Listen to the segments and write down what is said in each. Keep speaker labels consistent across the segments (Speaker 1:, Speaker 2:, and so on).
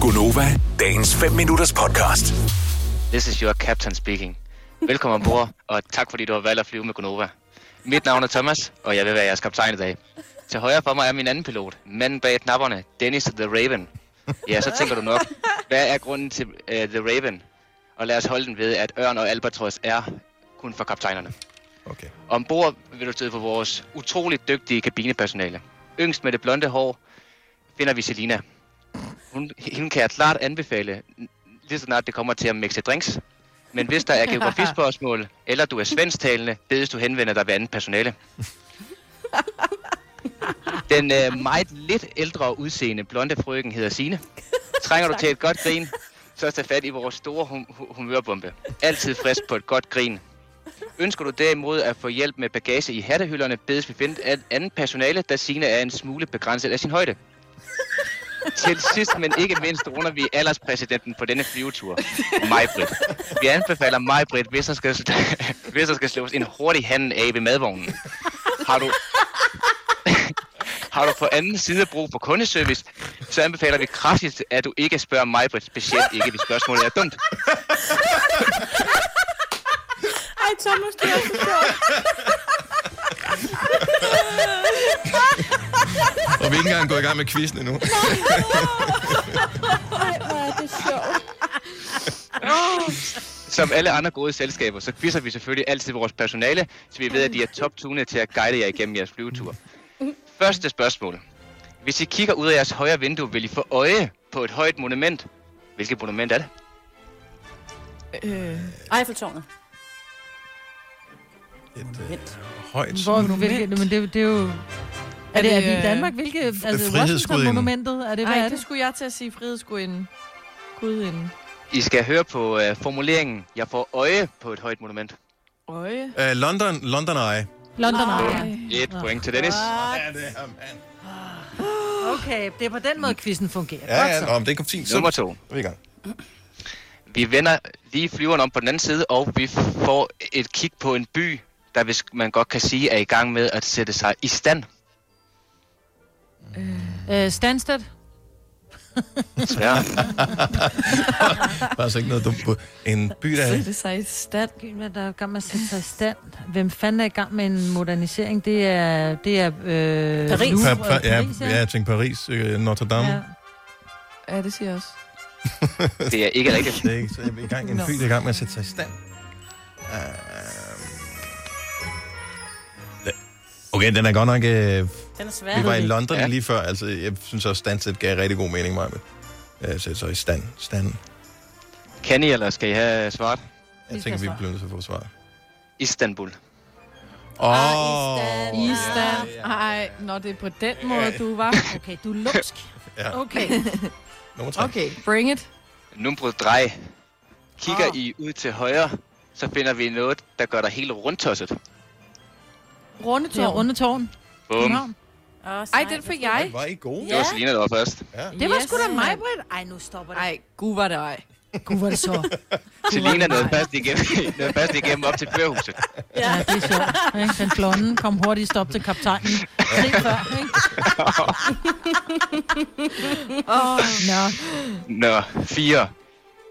Speaker 1: Gunova, dagens 5 minutters podcast.
Speaker 2: This is your captain speaking. Velkommen ombord, og tak fordi du har valgt at flyve med Gonova. Mit navn er Thomas, og jeg vil være jeres kaptajn i dag. Til højre for mig er min anden pilot, manden bag knapperne, Dennis The Raven. Ja, så tænker du nok, hvad er grunden til uh, The Raven? Og lad os holde den ved, at Ørn og Albatros er kun for kaptajnerne.
Speaker 3: Okay.
Speaker 2: Ombord vil du støde på vores utroligt dygtige kabinepersonale. Yngst med det blonde hår finder vi Selina. Hun, hende kan jeg klart anbefale, n- lige så snart det kommer til at mixe drinks. Men hvis der er geografispørgsmål, eller du er svensktalende, bedes du henvende dig ved andet personale. Den øh, meget lidt ældre udseende blonde frøken hedder Sine. Trænger du til et godt grin, så tag fat i vores store hum- hu- humørbombe. Altid frisk på et godt grin. Ønsker du derimod at få hjælp med bagage i hattehylderne, bedes vi finde et andet personale, da Sine er en smule begrænset af sin højde. Til sidst, men ikke mindst, runder vi alderspræsidenten på denne flyvetur, Majbrit. Vi anbefaler Majbrit, hvis der skal, hvis der skal slås en hurtig handen af ved madvognen. Har du, har du på anden side brug for kundeservice, så anbefaler vi kraftigt, at du ikke spørger Majbrit, specielt ikke, hvis spørgsmålet er dumt.
Speaker 4: Ej, Thomas, det er så sjovt.
Speaker 3: Og vi er ikke engang gået i gang med quizzen endnu.
Speaker 4: Ej, hvor er det sjovt.
Speaker 2: Som alle andre gode selskaber, så quizzer vi selvfølgelig altid vores personale, så vi ved, at de er toptunede til at guide jer igennem jeres flyvetur. Første spørgsmål. Hvis I kigger ud af jeres højre vindue, vil I få øje på et højt monument. Hvilket monument er det?
Speaker 4: Eiffeltårnet.
Speaker 3: Et øh, højt
Speaker 5: Hvor, hvilke, men det, det er jo... Er, er det,
Speaker 6: det,
Speaker 5: er vi i
Speaker 6: øh,
Speaker 5: Danmark? Hvilke, altså
Speaker 3: frihedsgudinden.
Speaker 5: Washington-monumentet? Er det, hvad
Speaker 6: Nej,
Speaker 5: er
Speaker 6: det
Speaker 5: det?
Speaker 6: skulle jeg til at sige frihedsgudinden. Gudinden.
Speaker 2: I skal høre på øh, formuleringen, jeg får øje på et højt monument.
Speaker 6: Øje.
Speaker 3: Øh, London, London Eye.
Speaker 5: London Eye.
Speaker 2: Et point til Dennis.
Speaker 3: Ja, det er, man.
Speaker 5: Okay, det er på den måde, quizzen fungerer.
Speaker 3: Ja,
Speaker 5: Godt
Speaker 3: ja,
Speaker 5: så.
Speaker 3: nå, men det er fint. Så
Speaker 2: Nummer to.
Speaker 3: er vi i gang.
Speaker 2: Vi vender lige flyveren om på den anden side, og vi får et kig på en by, der hvis man godt kan sige er i gang med at sætte sig i stand.
Speaker 5: Øh, Stansted.
Speaker 2: Desværre.
Speaker 3: Der er altså ikke noget dumt på. En by, der er...
Speaker 6: Det er sig i stand.
Speaker 5: Hvad der er i gang med at sætte sig i stand? Hvem fanden er i gang med en modernisering? Det er... Det er øh,
Speaker 4: Paris.
Speaker 5: Louvre,
Speaker 3: Pa, pa, ja,
Speaker 5: Paris,
Speaker 3: ja, jeg tænkte Paris, øh, Notre Dame.
Speaker 5: Ja.
Speaker 6: Ja, det siger jeg også.
Speaker 2: Det er ikke rigtigt.
Speaker 3: Det er ikke, så er vi i gang. En by, der er i gang med at sætte sig i stand. Uh, okay, den er godt nok... Øh,
Speaker 4: Den er svær.
Speaker 3: vi var i London
Speaker 2: Ja.
Speaker 3: lige før. Altså, jeg synes også, standset gav rigtig god mening, mig. Øh, sætte sig i stand. stand.
Speaker 2: Kan I, eller skal I have svaret?
Speaker 3: Jeg
Speaker 5: Vi skal
Speaker 3: tænker, vi
Speaker 5: svare.
Speaker 3: bliver nødt til at få Ah, svaret.
Speaker 2: Istanbul.
Speaker 3: Åh,
Speaker 4: Island.
Speaker 6: Island. Ej, nå, det er på den måde, du var.
Speaker 5: Okay, du er lumsk.
Speaker 3: Ja.
Speaker 5: Okay.
Speaker 3: nummer tre.
Speaker 6: Okay, bring it.
Speaker 2: Nummer 3. Kigger I ud til højre, så finder vi noget, der gør dig helt rundtosset.
Speaker 5: Det er
Speaker 6: Rundetår.
Speaker 5: Runde Tårn.
Speaker 2: Bum.
Speaker 5: København.
Speaker 4: Åh,
Speaker 6: Ej,
Speaker 4: sejt.
Speaker 6: den fik jeg.
Speaker 3: Var I gode?
Speaker 2: Det var Selina, der var først.
Speaker 5: Det var
Speaker 6: Yes.
Speaker 5: sgu da mig, Britt. Ej, nu stopper det.
Speaker 6: Ej, gud var det ej.
Speaker 5: Gud, hvor er det så.
Speaker 2: Selina nåede først igennem, nåede først igennem op til førhuset.
Speaker 5: Ja, det er sjovt. ikke? Den blonde kom hurtigt stop til kaptajnen. Se før, ikke? oh. Nå,
Speaker 2: Nå, 4.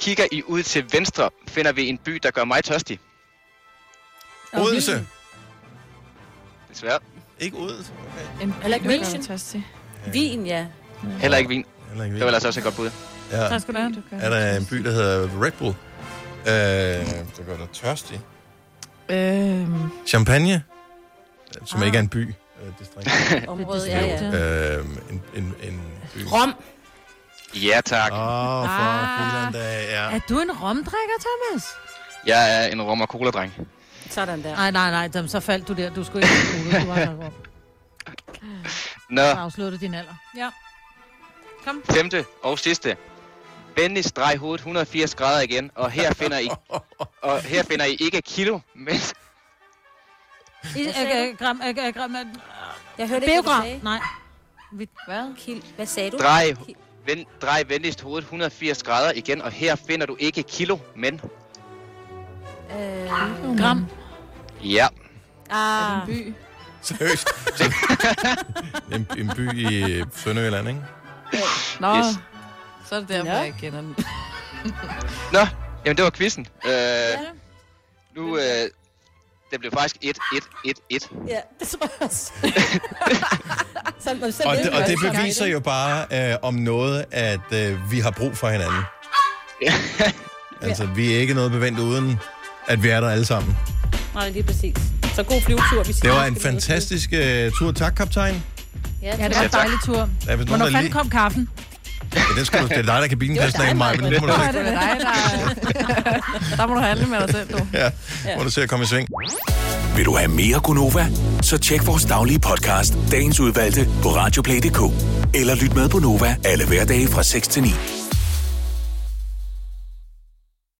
Speaker 2: Kigger I ud til venstre, finder vi en by, der gør mig tørstig.
Speaker 3: Odense.
Speaker 2: Desværre.
Speaker 3: Ikke Odense. Okay.
Speaker 6: En
Speaker 4: Heller ikke
Speaker 6: pæk,
Speaker 4: München.
Speaker 6: der var tørstig.
Speaker 4: Vin, ja.
Speaker 2: Heller ikke vin.
Speaker 3: Heller ikke
Speaker 2: Det var altså også et godt bud.
Speaker 3: ja.
Speaker 5: tak skal du have.
Speaker 6: Du gør.
Speaker 3: Er der en by, der hedder Red Bull? Øh, der gør dig tørstig.
Speaker 6: Øhm,
Speaker 3: Champagne, øh, som ikke er en by. Øh, distrikt.
Speaker 4: Området,
Speaker 5: Det
Speaker 4: ja,
Speaker 5: er
Speaker 4: ja.
Speaker 5: det.
Speaker 3: øh, en, en, en by.
Speaker 4: Rom.
Speaker 2: Ja, tak.
Speaker 3: Åh, oh, for
Speaker 5: Ah.
Speaker 3: filan da, ja.
Speaker 5: Er du en romdrikker, Thomas?
Speaker 2: Jeg er en rom og cola-dreng.
Speaker 4: Sådan der.
Speaker 5: Nej, nej, nej, dem, så faldt du der. Du skulle ikke have cola. Du var nok rom.
Speaker 2: Nå,
Speaker 5: Så afslørte din alder. Ja. Kom.
Speaker 2: femte og sidste. Vend i streg hovedet 180 grader igen, og her finder I, og her finder I ikke kilo, men
Speaker 5: I, øh, øh, gram, øh, øh, gram, øh,
Speaker 4: Jeg hørte ikke, hvad
Speaker 5: Beogram.
Speaker 4: du sagde.
Speaker 5: Ah, Nej.
Speaker 6: hvad?
Speaker 4: Kild. Hvad sagde du?
Speaker 2: Drej, vend, drej venligst hovedet 180 grader igen, og her finder du ikke kilo, men...
Speaker 4: Øh,
Speaker 5: Gram.
Speaker 2: Ja.
Speaker 4: ah,
Speaker 6: By.
Speaker 3: Seriøst. en, en by i Sønderjylland, ikke?
Speaker 6: Nå,
Speaker 2: Yes.
Speaker 6: Så er det derfor,
Speaker 7: Nå.
Speaker 6: jeg ikke kender den.
Speaker 2: Nå, jamen det var quizzen. Øh, nu, øh, det blev faktisk 1-1-1-1.
Speaker 7: Ja, det tror jeg også. Sådan, men så
Speaker 3: Og
Speaker 7: ved
Speaker 3: det,
Speaker 7: vi
Speaker 3: og
Speaker 7: også,
Speaker 3: det
Speaker 7: sådan er
Speaker 3: beviser jo bare øh, om noget, at øh, vi har brug for hinanden.
Speaker 2: Ja.
Speaker 3: Altså, vi er ikke noget bevendt uden, at vi er der alle sammen.
Speaker 7: Nej, lige præcis. Så god flyvetur. Vi
Speaker 3: Det var en fantastisk øh, tur. Tak, kaptajn.
Speaker 7: Ja,
Speaker 5: Ja,
Speaker 7: tak.
Speaker 5: det var
Speaker 2: Ja, tak.
Speaker 5: en dejlig tur.
Speaker 3: Der er vist nogen,
Speaker 5: Hvornår
Speaker 3: der
Speaker 5: fanden
Speaker 3: lige...
Speaker 5: kom kaffen?
Speaker 3: Ja, den skal du, det er dig, der kan
Speaker 7: dig,
Speaker 3: bilen mig, men nu må du
Speaker 6: Det
Speaker 3: se,
Speaker 6: var dig, der... der må du handle med dig selv, du.
Speaker 3: ja, må du se at komme i sving.
Speaker 1: Vil du have mere Gunova? Så tjek vores daglige podcast, dagens udvalgte, på radioplay.dk. Eller lyt med på Nova alle hverdage fra 6 til 9.